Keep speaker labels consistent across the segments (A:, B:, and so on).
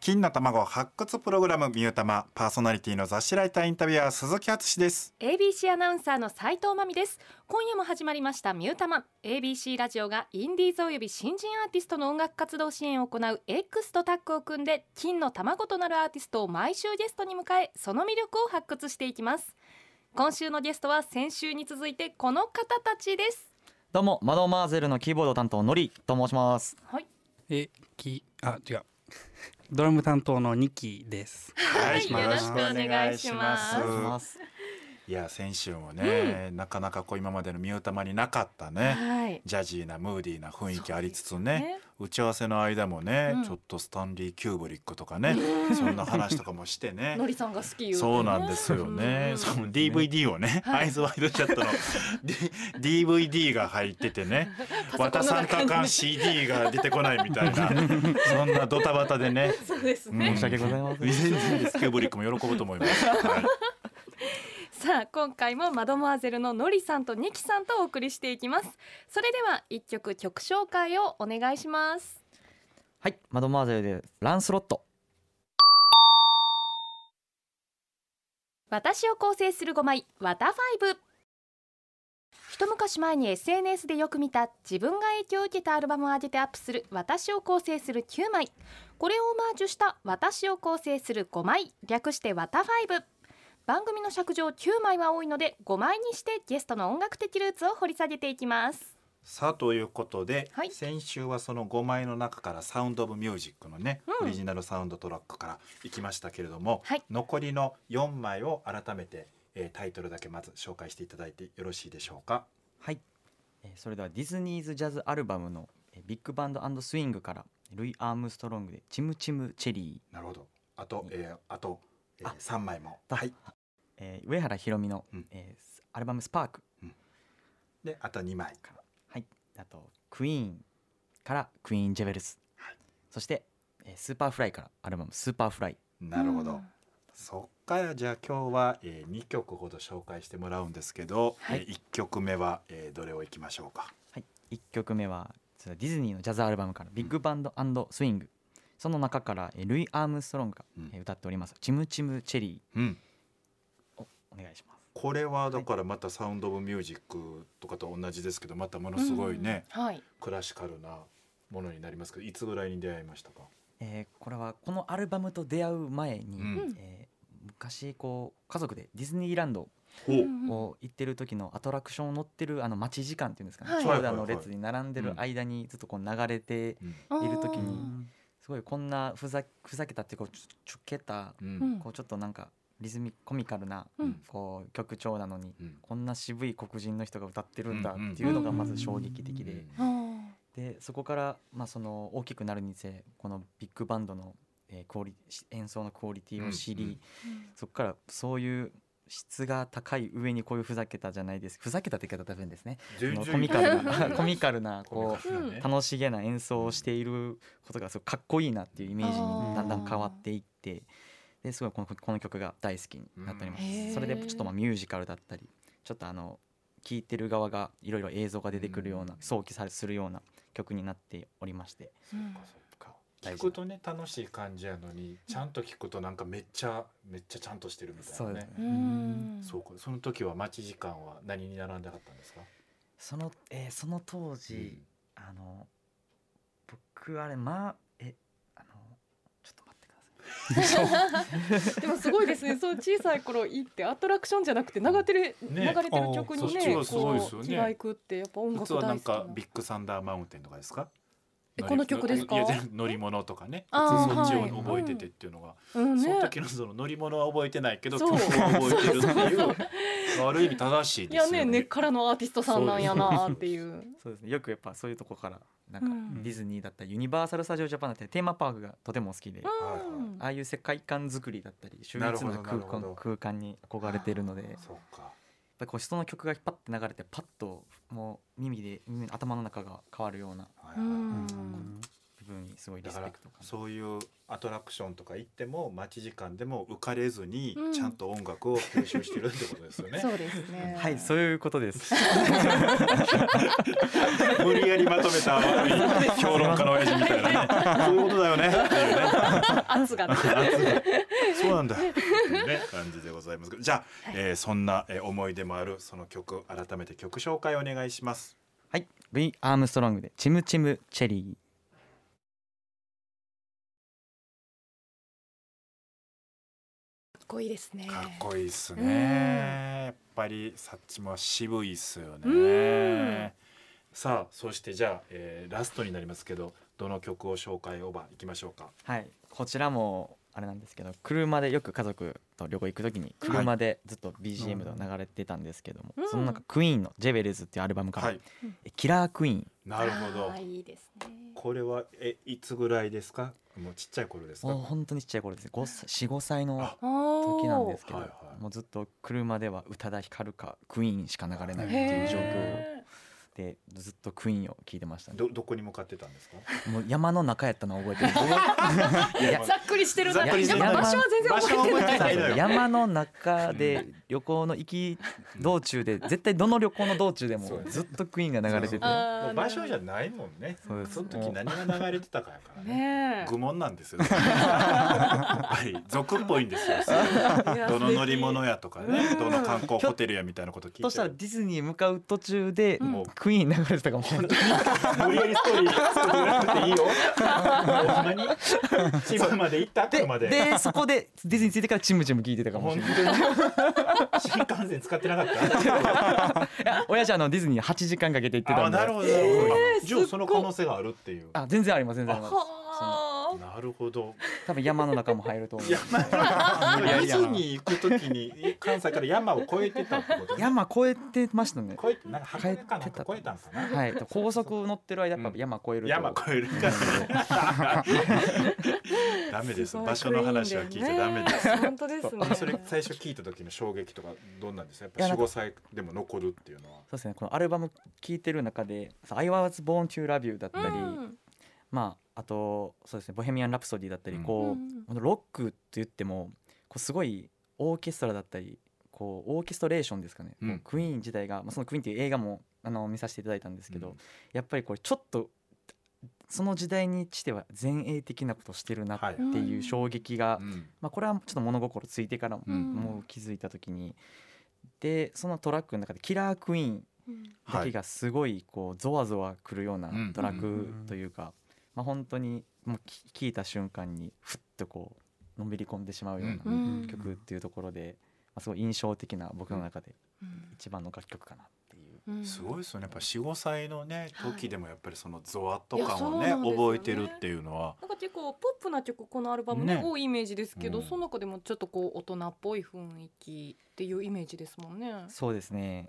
A: 金の卵発掘プログラムミュータマパーソナリティの雑誌ライターインタビュアー鈴木敦です
B: ABC アナウンサーの斉藤真美です今夜も始まりましたミュータマン ABC ラジオがインディーズおよび新人アーティストの音楽活動支援を行う X とタッグを組んで金の卵となるアーティストを毎週ゲストに迎えその魅力を発掘していきます今週のゲストは先週に続いてこの方たちです
C: どうもマドマーゼルのキーボード担当のりと申します。
B: はい
D: えきあ違うドラム担当のニキです
A: はい
B: よろしくお願いします
C: お願いします
A: いや先週もね、なかなかこう今までのミュータマになかったね
B: はい
A: ジャジーなムーディーな雰囲気ありつつね
B: ね
A: 打ち合わせの間もね、
B: うん
A: ちょっとスタンリー・キューブリックとかね、そんな話とかもして ね
B: のりさんが好き言う
A: そうなんですよね。その DVD をね、
B: はい
A: アイズワイドシャットの D- DVD が入ってて ね、渡さんたかん CD が出てこないみたい な、そんなドタバタでね。
B: そうです
A: うん
B: ね、
C: 申し訳ございません
A: 全然です。キューブリックも喜ぶと思い ます。はい
B: さあ今回もマドモアゼルののりさんとニキさんとお送りしていきますそれでは一曲曲紹介をお願いします
C: はい、マドマーゼルでランスロット。
B: 私を構成する5枚「わた5」一昔前に SNS でよく見た自分が影響を受けたアルバムを上げてアップする「私を構成する9枚」これをオマージュした「私を構成する5枚」略して「わた5」番組の尺上9枚は多いので5枚にしてゲストの音楽的ルーツを掘り下げていきます。
A: さあということで、
B: はい
A: 先週はその5枚の中から「サウンド・オブ・ミュージック」のね、
B: うん
A: オリジナルサウンドトラックからいきましたけれども、
B: はい
A: 残りの4枚を改めて、えータイトルだけまず紹介していただいてよろしいでしょうか。
C: はい、えーそれではディズニーズジャズアルバムの、えービッグバンドスイングからルイ・アームストロングでチムチムチェリ
A: なるほど。あと、
C: うん
A: えーあと、え
C: あ
A: 3枚も。
C: だ
A: はい。
C: ー、えー上原ひろみの、
A: うん
C: えーアルバムスパーク
A: で、あと2枚。
C: から、はい、あとクイーンからクイーンジェベルス、
A: はい
C: そして、えースーパーフライからアルバムスーパーフライ。
A: なるほど。
B: うん
A: そっからじゃあ今日は、え2曲ほど紹介してもらうんですけど、
C: はい
A: え1曲目は、えーどれをいきましょうか。
C: はい、1曲目はそのディズニーのジャズアルバムから「ビッグバンドスイング」その中からえールイ・アームストロングが
A: うん
C: えー歌っております「チムチムチェリ
A: うん。
C: ー」をお願いします。
A: これはだからまたサウンド・オブ・ミュージックとかと同じですけどまたものすごいね、
B: うんはい
A: クラシカルなものになりますけどいつぐらいに出会いましたか、
C: えーこれはこのアルバムと出会う前
A: う
C: に、
A: ん
B: うん
C: えー昔こう家族でディズニーランド
A: ほう
C: を行ってる時のアトラクションを乗ってるあの待ち時間っていうんですかね、
B: はい
C: 長蛇
A: は
C: の
A: いはいはい
C: 列に並んでる間にずっとこう流れて
A: うん
C: いる時
B: う
C: に
B: ん
C: すごいこんなふざふざけたっていうかちょちょけた
A: う
B: うん
A: ん
C: こうちょっとなんかリズミコミカルな
B: うん
C: こう曲調なのに
A: うん
C: こんな渋い黒人の人が歌ってるんだ
A: うんうん
C: っていうのがまず衝撃的で
A: うん
B: あ
C: でそこからまあその大きくなるにつれこのビッグバンドのえークオリ演奏のクオリティを知
A: うんう
C: り
A: ん
B: ー
C: そこからそういう質が高い上にこういうふざけたじゃないですふざけたって言い方多分ですね
A: 全
C: この
A: 然
C: コミカ ル
A: う
C: なんコミカルな
A: コミ
C: こ
A: カルなね
C: う楽しげな演奏をしていることがすごくかっこいいなっていうイメージにだんだん変わっていってですごいこのこの曲が大好きになっておりま
B: う
C: す、
B: んへー
C: それでちょっとまあミュージカルだったりちょっとあの聴いてる側がいろいろ映像が出てくるような
A: うん
C: 想起さするような曲になっておりまして
B: うん
A: 聞くとね楽しい感じやのにちゃんと聞くとなんかめっちゃめっちゃちゃんとしてるみたいなね
B: う
C: うんん
A: そうかその時は待ち時間は何に並んではったんですか、
C: その,、えーその当時、あの僕あれまあえあのちょっと待ってください
B: でもすごいですね。そう小さい頃行ってアトラクションじゃなくて流れてる、
A: ね
B: 流れてる曲にね、
A: あーそっちはすごいですよね
B: こう気がいくってやっぱ音
A: 普
B: 楽
A: 通
B: 大好
A: は
B: き
A: なんかビッグサンダーマウンテンとかですか
B: え
A: 乗り
B: この曲ですか
A: いやじゃあ乗り物とかね普
B: あ
A: 通
B: ー
A: そっち
B: は
A: を
B: い
A: 覚えててっていうのが、
B: うん
A: そ
B: ね
A: の。時のその乗り物は覚えてないけど
B: そ
A: 曲を
B: う
A: 覚えてるっていうある意味正しい
B: い
A: で
B: や
A: す
B: ね
A: よ
B: 根っ
A: ね。
B: からのアーティストさんなんやなっていう。
C: そうですねよくやっぱそういうとこからなん
B: う
C: か
B: ん
C: ディズニーだったりユニバーサル・スタジオ・ジャパンだったりテーマパークがとても好きで、あ
A: はい
B: うん
C: あいう世界観作りだったり秀
A: なる
C: 逸
A: ほど
C: な空
A: なるほど
C: 間空間に憧れてるのでやっ
A: そうか。
C: ぱこう人の曲がパッて流れてパッともう耳で耳頭の中が変わるような
A: はいはい
B: うん
C: 部分にすごいリ
A: だ
C: ス
A: か
C: ペ
A: ら
C: クト感
A: そういうアトラクションとか行っても待ち時間でも浮かれずに
B: うん
A: ちゃんと音楽を吸収してるってことですよね。
B: そうですね。
C: はいそういうことです
A: 無理やりまと めた悪い評論家の親父みたいなね。そういうことだよね。っていうね。
B: 圧が。
A: そうなんだ。っていうね感じでございますけど。じゃあ、えーそんなえー思い出もあるその曲改めて曲紹介お願いします。
C: はい V アームストロングでチムチムチェリー
B: っこいいですね。
A: かっこいいっす
B: うん
A: ね。やっぱりサッチも渋いっすよ
B: うん
A: ね。さあそしてじゃあ、えーラストになりますけどどの曲を紹介オーバーいきましょうか。
C: はいこちらもあれなんですけど車でよく家族と旅行行く時に車でずっと BGM と流れてたんですけども、
B: うん
C: その中クイーンの「ジェベルズ」っていうアルバムから、
A: はい。
C: えキラークイーン
A: なるほど
B: あー。いいですね。
A: これはえいつぐらいですか。もうちっちゃい頃ですか。
C: もう本当にちっちゃい頃です5歳45歳の
A: あ
B: お
C: 時
B: ー
C: なんですけど、
A: はいはい
C: もうずっと車では宇多田ヒカルかクイーンしか流れないっていう状況
B: へ
C: でずっとクイーンを聞いてました、ね、
A: どどこに向かってたんですか。
C: もう山の中やったのは覚えて る
A: いや
B: ーざっくりしてる
A: ざ
B: な。
A: っく
B: でも
A: りしてるな
B: 場所は全然覚えてない。
A: てないのよ
C: 山の中で旅行の行き道中で絶対どの旅行の道中で
A: そう
C: も
A: やね
C: ずっとクイーンが流れてて
B: あー
A: もう場所じゃないもんね。
C: そうです
A: その時何が流れてたかやからね。
B: ね
A: 愚問なんですよ、ね。はい、俗っぽいんですよ。すごい
B: え。いや
A: どの乗り物やとかね、
B: うん
A: どの観光ホテルやみたいなこと聞いてる。
C: そしたらディズニーへ向かう途中で
B: うん
A: も
C: クイーン流れてたか も本当に
A: う無理やりストーリー作らなくていいよ。ほんまに千葉まで行った
C: で
A: 車で。
C: でそこでディズニーに着いてからチムチム聞いてた かもし
A: 本
C: れない
A: 当に新幹線使ってなかった。
C: いや親父あのディズニー8時間かけて行ってた
A: あ
C: んで
A: なるほど。なるほどあじゃあその可能性があるっていう。
C: あ全然あります全然あります
B: は
A: なるほど。
C: 多分山の中も入ると 思う
A: 山
C: 無理や
A: ディ
C: りや
A: ズ
C: な
A: ニー行くときに関西から山を越えてたってことね。
C: 山越えてましたね
A: 越えてなんか箱根かな
C: 帰
A: ん
C: って
A: か
C: た
A: 越えたんかな。
C: はい高速乗ってる間やっ
A: う
C: ぱ
A: ん
C: 山越えると
A: 山越えるから ね。ダメです。
B: ごい
A: 場所の話は聞いちゃダメです。
B: ね本当ですね。
A: それ最初聞いた時の衝撃とかどんなんですか。やっぱ
C: いや
A: 四
C: なんか
A: 五歳でも残るっていうのは。
C: そうですねこのアルバム聴いてる中で「I was born to love you」だったり、
B: うん
C: まああとそうですね「ボヘミアン・ラプソディ」だったり、
A: うん
C: こ
B: うん
C: うこのロックって言ってもこうすごいオーケストラだったりこうオーケストレーションですかね、
A: うん
C: こうクイーン自体が、まあ、そのクイーンっていう映画もあの見させていただいたんですけ
A: う
C: ど、
A: ん
C: やっぱりこれちょっとその時代にしては前衛的なことしてるなっ
A: はい。
C: ていう衝撃が、
A: うん
C: まあ、これはちょっと物心ついてからも
B: うん
C: もう気づいた時に、でそのトラックの中で「キラークイーン」
B: うん
A: は
C: だけ
A: い。
C: がすごいこうゾワゾワくるような
A: うん
C: ドラクというか、まあ、本当にもうき聞いた瞬間にふっとこうのんびり込んでしまうよう
B: う
C: なん曲っていうところで、まあ、すごい印象的な僕の中で
B: うん
C: 一番の楽曲かなっていう。
B: うん
A: すごいですよね。やっぱ四五歳のね
B: はい
A: 時でもやっぱりそのゾワッと感を
B: い
A: ね
B: やそうなんですよね
A: 覚えてるっていうのは。
B: なんか結構ポップな曲このアルバムね
A: ね
B: 多いイメージですけど、
A: うん
B: その中でもちょっとこう大人っぽい雰囲気っていうイメージですもんね。
C: そうですね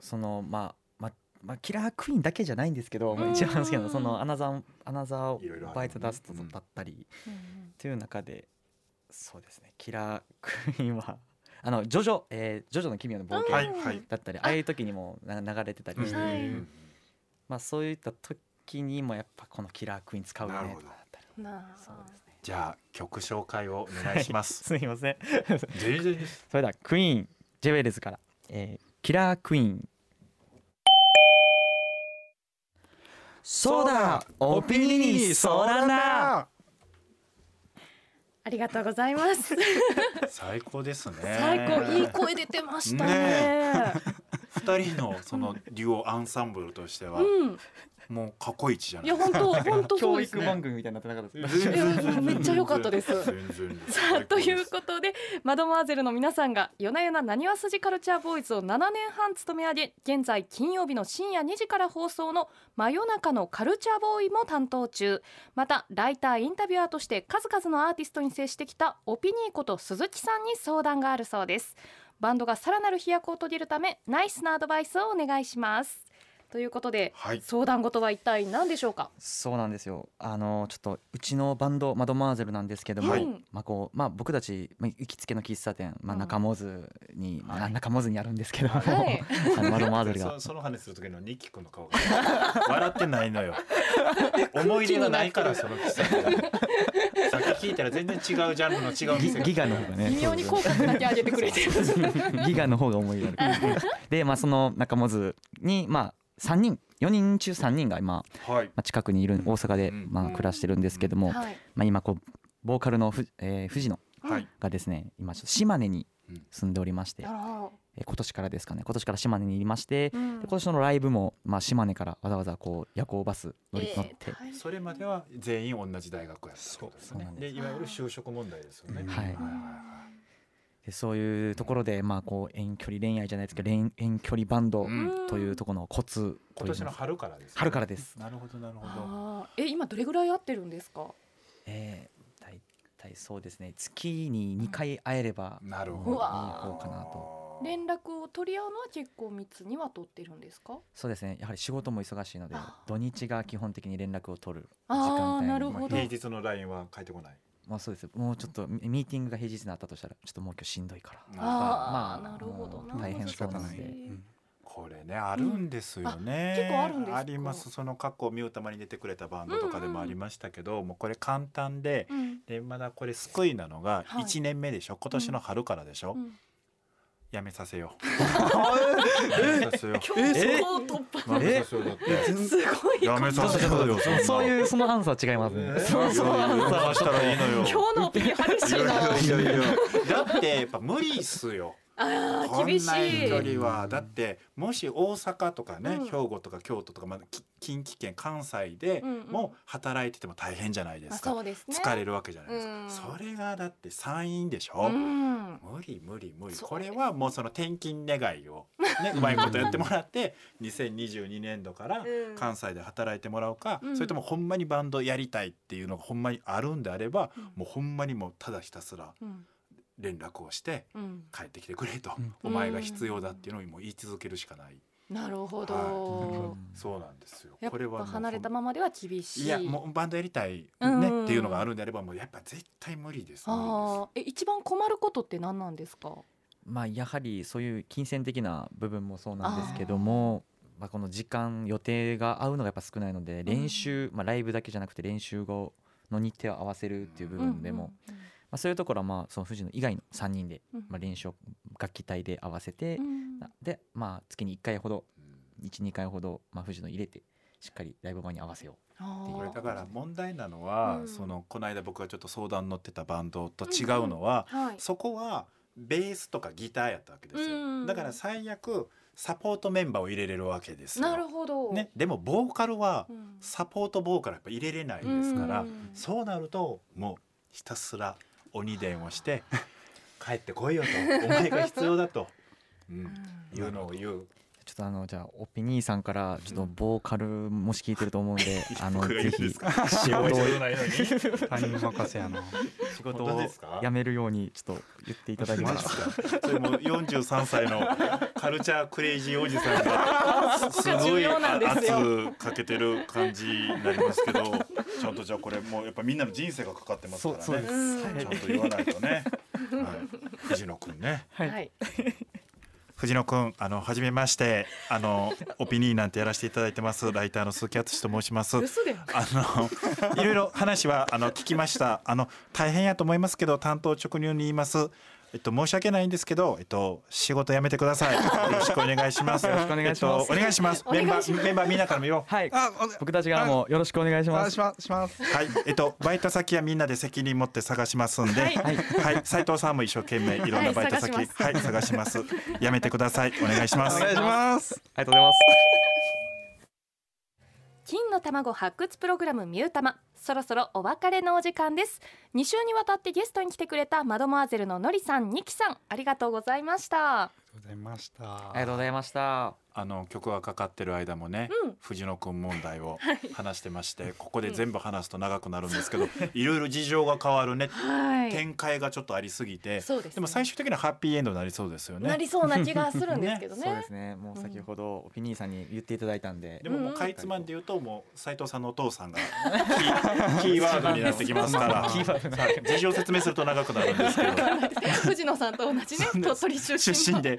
C: そのまあまあまあ、キラークイーンだけじゃないんですけど、まあ
B: うん
C: 一番好きなのはそのアナザー「アナザ
A: いろいろあ
C: ー
A: る
C: バイトダスト」
A: うん
C: だったり、
B: うん
C: という中でそうですねキラークイーンはあのジョジョ、えージョジョの奇妙な冒
B: うん
C: 険
A: はいはい。
C: だったり、
B: あ
C: ああいう時にもな流れてたりして、
B: うんはい
A: うん
C: まあそういった時にもやっぱこのキラークイーン使うよ
A: なる
C: ね
A: ほど
C: とかだったり
B: うんなあ
C: そうですね
A: じゃあ曲紹介をお願いします。
C: すいません
A: 全然です。
C: それではクイーンジェベルズから、えーキラークイーンそうだオピニにそうだな
B: ありがとうございます。
A: 最高ですね。
B: 最高いい声出てましたね。
A: 二人のそのデュオアンサンブルとしては、
B: うん、
A: もう過去一じゃないい
B: や本当本当そう
C: 教
B: です
C: 育番
B: ね。
C: 組みたいになってなかった
A: 全
C: ですか
A: 然
B: いや
A: 全然
B: めっちゃ良かったです
A: 全然
B: さあということでマドモアゼルの皆さんが夜な夜ななにわ筋カルチャーボーイズを7年半務め上げ現在金曜日の深夜2時から放送の「真夜中のカルチャーボーイ」も担当中またライターインタビュアーとして数々のアーティストに接してきたオピニーこと鈴木さんに相談があるそうですバンドがさらなる飛躍を遂げるためナイスなアドバイスをお願いしますということで、
A: はい
B: 相談事は一体何でしょうか
C: そうなんですよあのちょっとうちのバンドマドマーゼルなんですけども、
B: はい
C: まあこうまあ、僕たち、まあ、行きつけの喫茶店、まあ、
B: うん
C: 中モズに、まあな中モズにあるんですけども、
B: はい
C: あのマドマーゼルが
A: そ その話する時のニッキー君の顔が笑ってないの よ思い出がないからその喫茶店さっき聞いたら全然違うジャンルの違う
C: ギ
A: 店
C: ギガの方がね
B: 微妙に口角だけ上げてくれてる
C: ギガの方が思い 出あるで、まあ、その中モズに、まあ、3人4人中3人が今、
A: はい
C: まあ、近くにいる大阪で、
A: うん
C: まあ、暮らしてるんですけども、ま
B: はい
C: あ、今こうボーカルのふ、えー藤野
A: はい
C: がですね今ちょっと島根に住んでおりまして、
B: なるほ
C: えー今年からですかね今年から島根にいまして、
B: ど、うん
C: 今年のライブも、まあ、島根からわざわざこう夜行バス乗り乗って、
B: えー大変
A: それまでは全員同じ大学やったってことです
C: そう
A: ね
C: なん
A: で
C: です
A: いわゆる就職問題ですよね、
D: うん
C: はい
A: は
C: でそういうところで、まあ、こう遠距離恋愛じゃないですけど遠遠距離バンド
A: うん
C: というところのコツと
A: 今
C: い
A: 年
C: う
A: の
C: の、
A: 春からです、ね、
C: 春からです
A: なるほどなるほど
B: あーえ今どれぐらい会ってるんですか
C: えー、大体そうですね月に2回会えれば
A: なる
C: もう
A: ほ
C: いい
A: ど
B: うわ
C: 方かなと
B: 連絡を取り合うのは結構密には取ってるんですか
C: そうですねやはり仕事も忙しいので
B: あ
C: 土日が基本的に連絡を取る時間
B: あ
C: 帯
B: ー
C: に
B: なるほ
A: ま
B: ど
A: あ平日の LINE は返ってこない
C: まあ、そうですもうちょっとミミーティングが平日になったとしたらちょっともう今日しんどいから
A: あー
B: あー
C: まあ
B: なるほどな
C: もう大変
D: 仕
C: そう
D: 方
C: な
D: な
C: の
D: い、
C: で
D: うん
A: これねあるんですよね、
B: 結構あるんですか
A: りますその過去ミュータマに出てくれたバンドとかでもありましたけど、もうこれ簡単で
B: うん
A: でまだこれ救いなのが
B: はい
A: 1年目でしょ、今年の春からでしょ、
B: うん
A: やめさせよ うやめさせよう
B: 今日そこを突破
A: やめさせようだって
B: すごい
A: やめさせようよそんな
C: そういうそのアンサー違いますね。
A: そうそう話したらいいのよ
B: 今日のオピニオン激しいな
A: だってやっぱ無理っすよ
B: あ
A: こ
B: ー
A: ん
B: 厳し
A: な遠
B: い
A: 距離はだってもし大阪とかね、
B: うん
A: 兵庫とか京都とか、まあ、き近畿圏関西で
B: うんうん
A: も働いてても大変じゃないで
B: まあ
A: すか、
B: そうですね
A: 疲れるわけじゃないですか、
B: うん
A: それがだって山陰でしょ、
B: うん
A: 無理無理無理
B: そう
A: これはもうその転勤願いを、 ね、うまいことやってもらって2022年度から
B: うん
A: 関西で働いてもらうか、
B: うん
A: それともほんまにバンドやりたいっていうのがほんまにあるんであれば、
B: うん
A: もうほんまにもうただひたすら
B: うん
A: 連絡をして
B: うん
A: 帰ってきてくれと、
C: うん
A: お前が必要だっていうのにもう言い続けるしかない、
B: なるほ
A: は
B: ど
A: い、そうなんですよ
B: やっ
A: これはも
B: ぱ
A: う
B: 離れたままでは厳しい
A: いやもうバンドやりたい
B: うんう
A: ね
B: ん
A: っていうのがあるんであればもうやっぱ絶対無理です無
B: あーえ一番困ることって何なんですか
C: まあやはりそういう金銭的な部分もそうなんですけども。まあこの時間予定が合うのがやっぱ少ないので練習、まあ、ライブだけじゃなくて練習後の日程を合わせるっていう部分でも、まあ、そういうところはまあその藤野以外の3人で、
B: うん
C: まあ、練習を楽器隊で合わせて、
B: うん
C: なで、まあ、月に1回ほど
A: 理です
C: 12回ほど、まあ、藤野入れてしっかりライブ場に合わせよ
B: あー
A: これだから問題なのは、
B: うん
A: そのこの間僕がちょっと相談乗ってたバンドと違うのは、
B: はい
A: そこはベースとかギターやったわけですよ、
B: うん
A: だから最悪サポートメンバーを入れれるわけですよ
B: なるほど
A: ね、でもボーカルは
B: うん
A: サポートボーカルやっぱ入れれないですから、
B: うん
A: そうなるともうひたすら鬼伝を して「帰ってこいよ」と「お前が必要だと」うん
B: うん
A: いうのを言う
C: うちょっとあのじゃあオピニーさんからちょっとボーカルもし聞いてると思うん であの
A: 僕が言
C: ぜ
A: うんで
C: ひ
A: すか
C: 仕事を
A: ないのに
D: 他人任せや な
C: 仕事
A: 本当
C: を
A: ですか
C: 辞めるようにちょっと言っていただきま
A: マ
C: し
A: ジ
C: た
A: か それも43歳のカルチャークレイジーおじさん がす
B: が
A: ご
B: 重
A: い
B: 要なんですよ
A: 圧かけてる感じになりますけどちゃんとじゃあこれもうやっぱみんなの人生がかかってますか
C: そう
A: ら
C: そう
A: ね
C: です
B: うん
A: ちゃんと言わないとね、はい、藤野くんね
C: はい
B: はい
A: 藤野くんあの初めましてあのオピニーなんてやらせていただいてますライターの鈴木敦と申します
B: 嘘で
A: あのいろいろ話はあの聞きました。あの大変やと思いますけど担当直入に言います。えっと申し訳ないんですけど、えっと仕事辞めてください。よろしくお願いします。
C: よろしくお願いします
A: えっとお願いします。メンバーメンバーみんなから見よう。
C: はい
D: あ
C: 僕たち側もよろしくお願いし
D: お願
C: ま
D: い
C: す
D: しますします
A: はい。えっとバイト先はみんなで責任持って探しますんで、
B: はい
A: はい。斉藤さんも一生懸命いろんなバイト先
B: は
A: はいい探し,、ます。辞めてください。お願いしま
D: お
A: す。
D: 願いします
C: ありがとうございます
B: 金の卵発掘プログラムミュータマそろそろお別れのお時間です2週にわたってゲストに来てくれたマドモアゼルののりさんにきさんありがとうございました
D: ありがとうございました
C: ありがとうございました
A: あの曲がかかってる間もね、
B: うん
A: 藤野くん問題 を話してまして、ここで全部話すと長くなるんですけど、いろいろ事情が変わるね、
B: はい。
A: 展開がちょっとありすぎて、
B: そうですね
A: でも最終的にはハッピーエンドになりそうですよ
B: な
A: ね。
B: りそうな気がするんですけ どね。
C: そうですねもう先ほどオピニーさんに言っていただいたんで
A: でもも
B: う
A: うんかいつまんで言うともう斉藤さんのお父さんが キーキーワードになってきますから
C: キーワードにな
A: はい事情を説明すると長くなるんですけど
B: 藤野さんと同じね
A: そうで
B: 鳥
A: す
B: 取出身
A: 出
B: の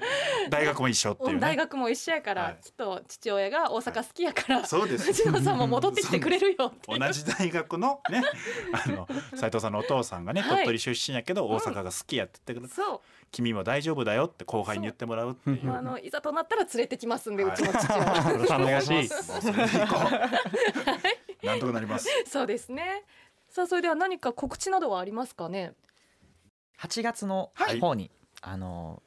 A: 身で大学も一緒っていう
B: 大
A: ね
B: 学も一緒やから、
A: はい
B: きっと父親が大阪好きやから、
A: そうです
B: 藤野さんも戻ってきてくれるよってい
A: 同
B: う
A: じ大学のねあの斉藤さんのお父さんがね
B: はい
A: 鳥取出身やけど大阪が好きやって言ってくれて
B: そう
A: 君も大丈夫だよって後輩に言ってもらうっていう。
B: あのいざとなったら連れてきますんで、
A: はいう
B: ちの父は
D: よろしくお願いします
A: もうそれでいこうなんとかなります。
B: そうですねさあそれでは何か告知などはありますかね
C: 8月の
A: はい
C: 方に、あの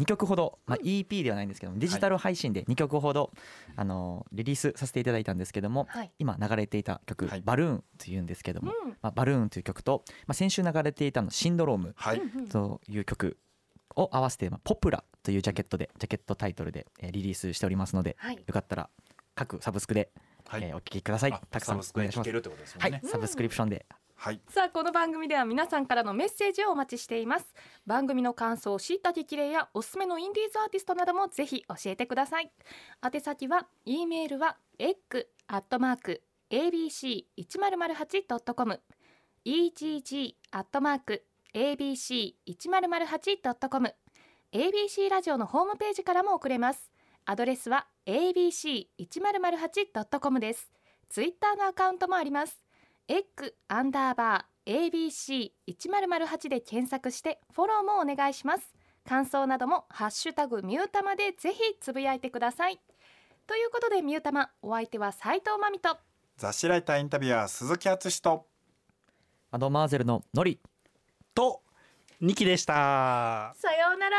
C: 2曲ほど、まあ、EP ではないんですけどもデジタル配信で2曲ほど、あのリリースさせていただいたんですけども、
B: はい
C: 今流れていた曲「
A: はい
C: バルーン」というんですけど
B: う
C: も、
B: ん
C: まあ、バルーンという曲と、まあ、先週流れていたの「シンドローム
A: はい。」
C: という曲を合わせて「まあ、ポプラ」というジャケットでジャケットタイトルで、えーリリースしておりますので、
B: はい
C: よかったら各サブスクで、
A: はい
C: えーお聴きください
A: あ。
C: たくさん
A: サ
C: お
A: ブスク
C: 願
A: で
C: いしま
A: 聞
C: す
A: け。るってことですも
C: は
A: ん
C: い
A: ね、。
C: サブスクリプションで
A: はい。
B: さあこの番組では皆さんからのメッセージをお待ちしています番組の感想しいた激励やおすすめのインディーズアーティストなどもぜひ教えてください宛先は e メールは egg アットマーク abc1008.com egg アットマーク abc1008.com abc ラジオのホームページからも送れますアドレスは abc1008.com ですツイッターのアカウントもありますエッグアンダーバー ABC 一0 0 8で検索してフォローもお願いします。感想などもハッシュタグミュータマでぜひつぶやいてください。ということでミュータマお相手は斉藤まみと
A: 雑誌ライターインタビュアー鈴木敦史と。
C: アドマーゼルのノリ
D: と、ニキでした。
B: さようなら。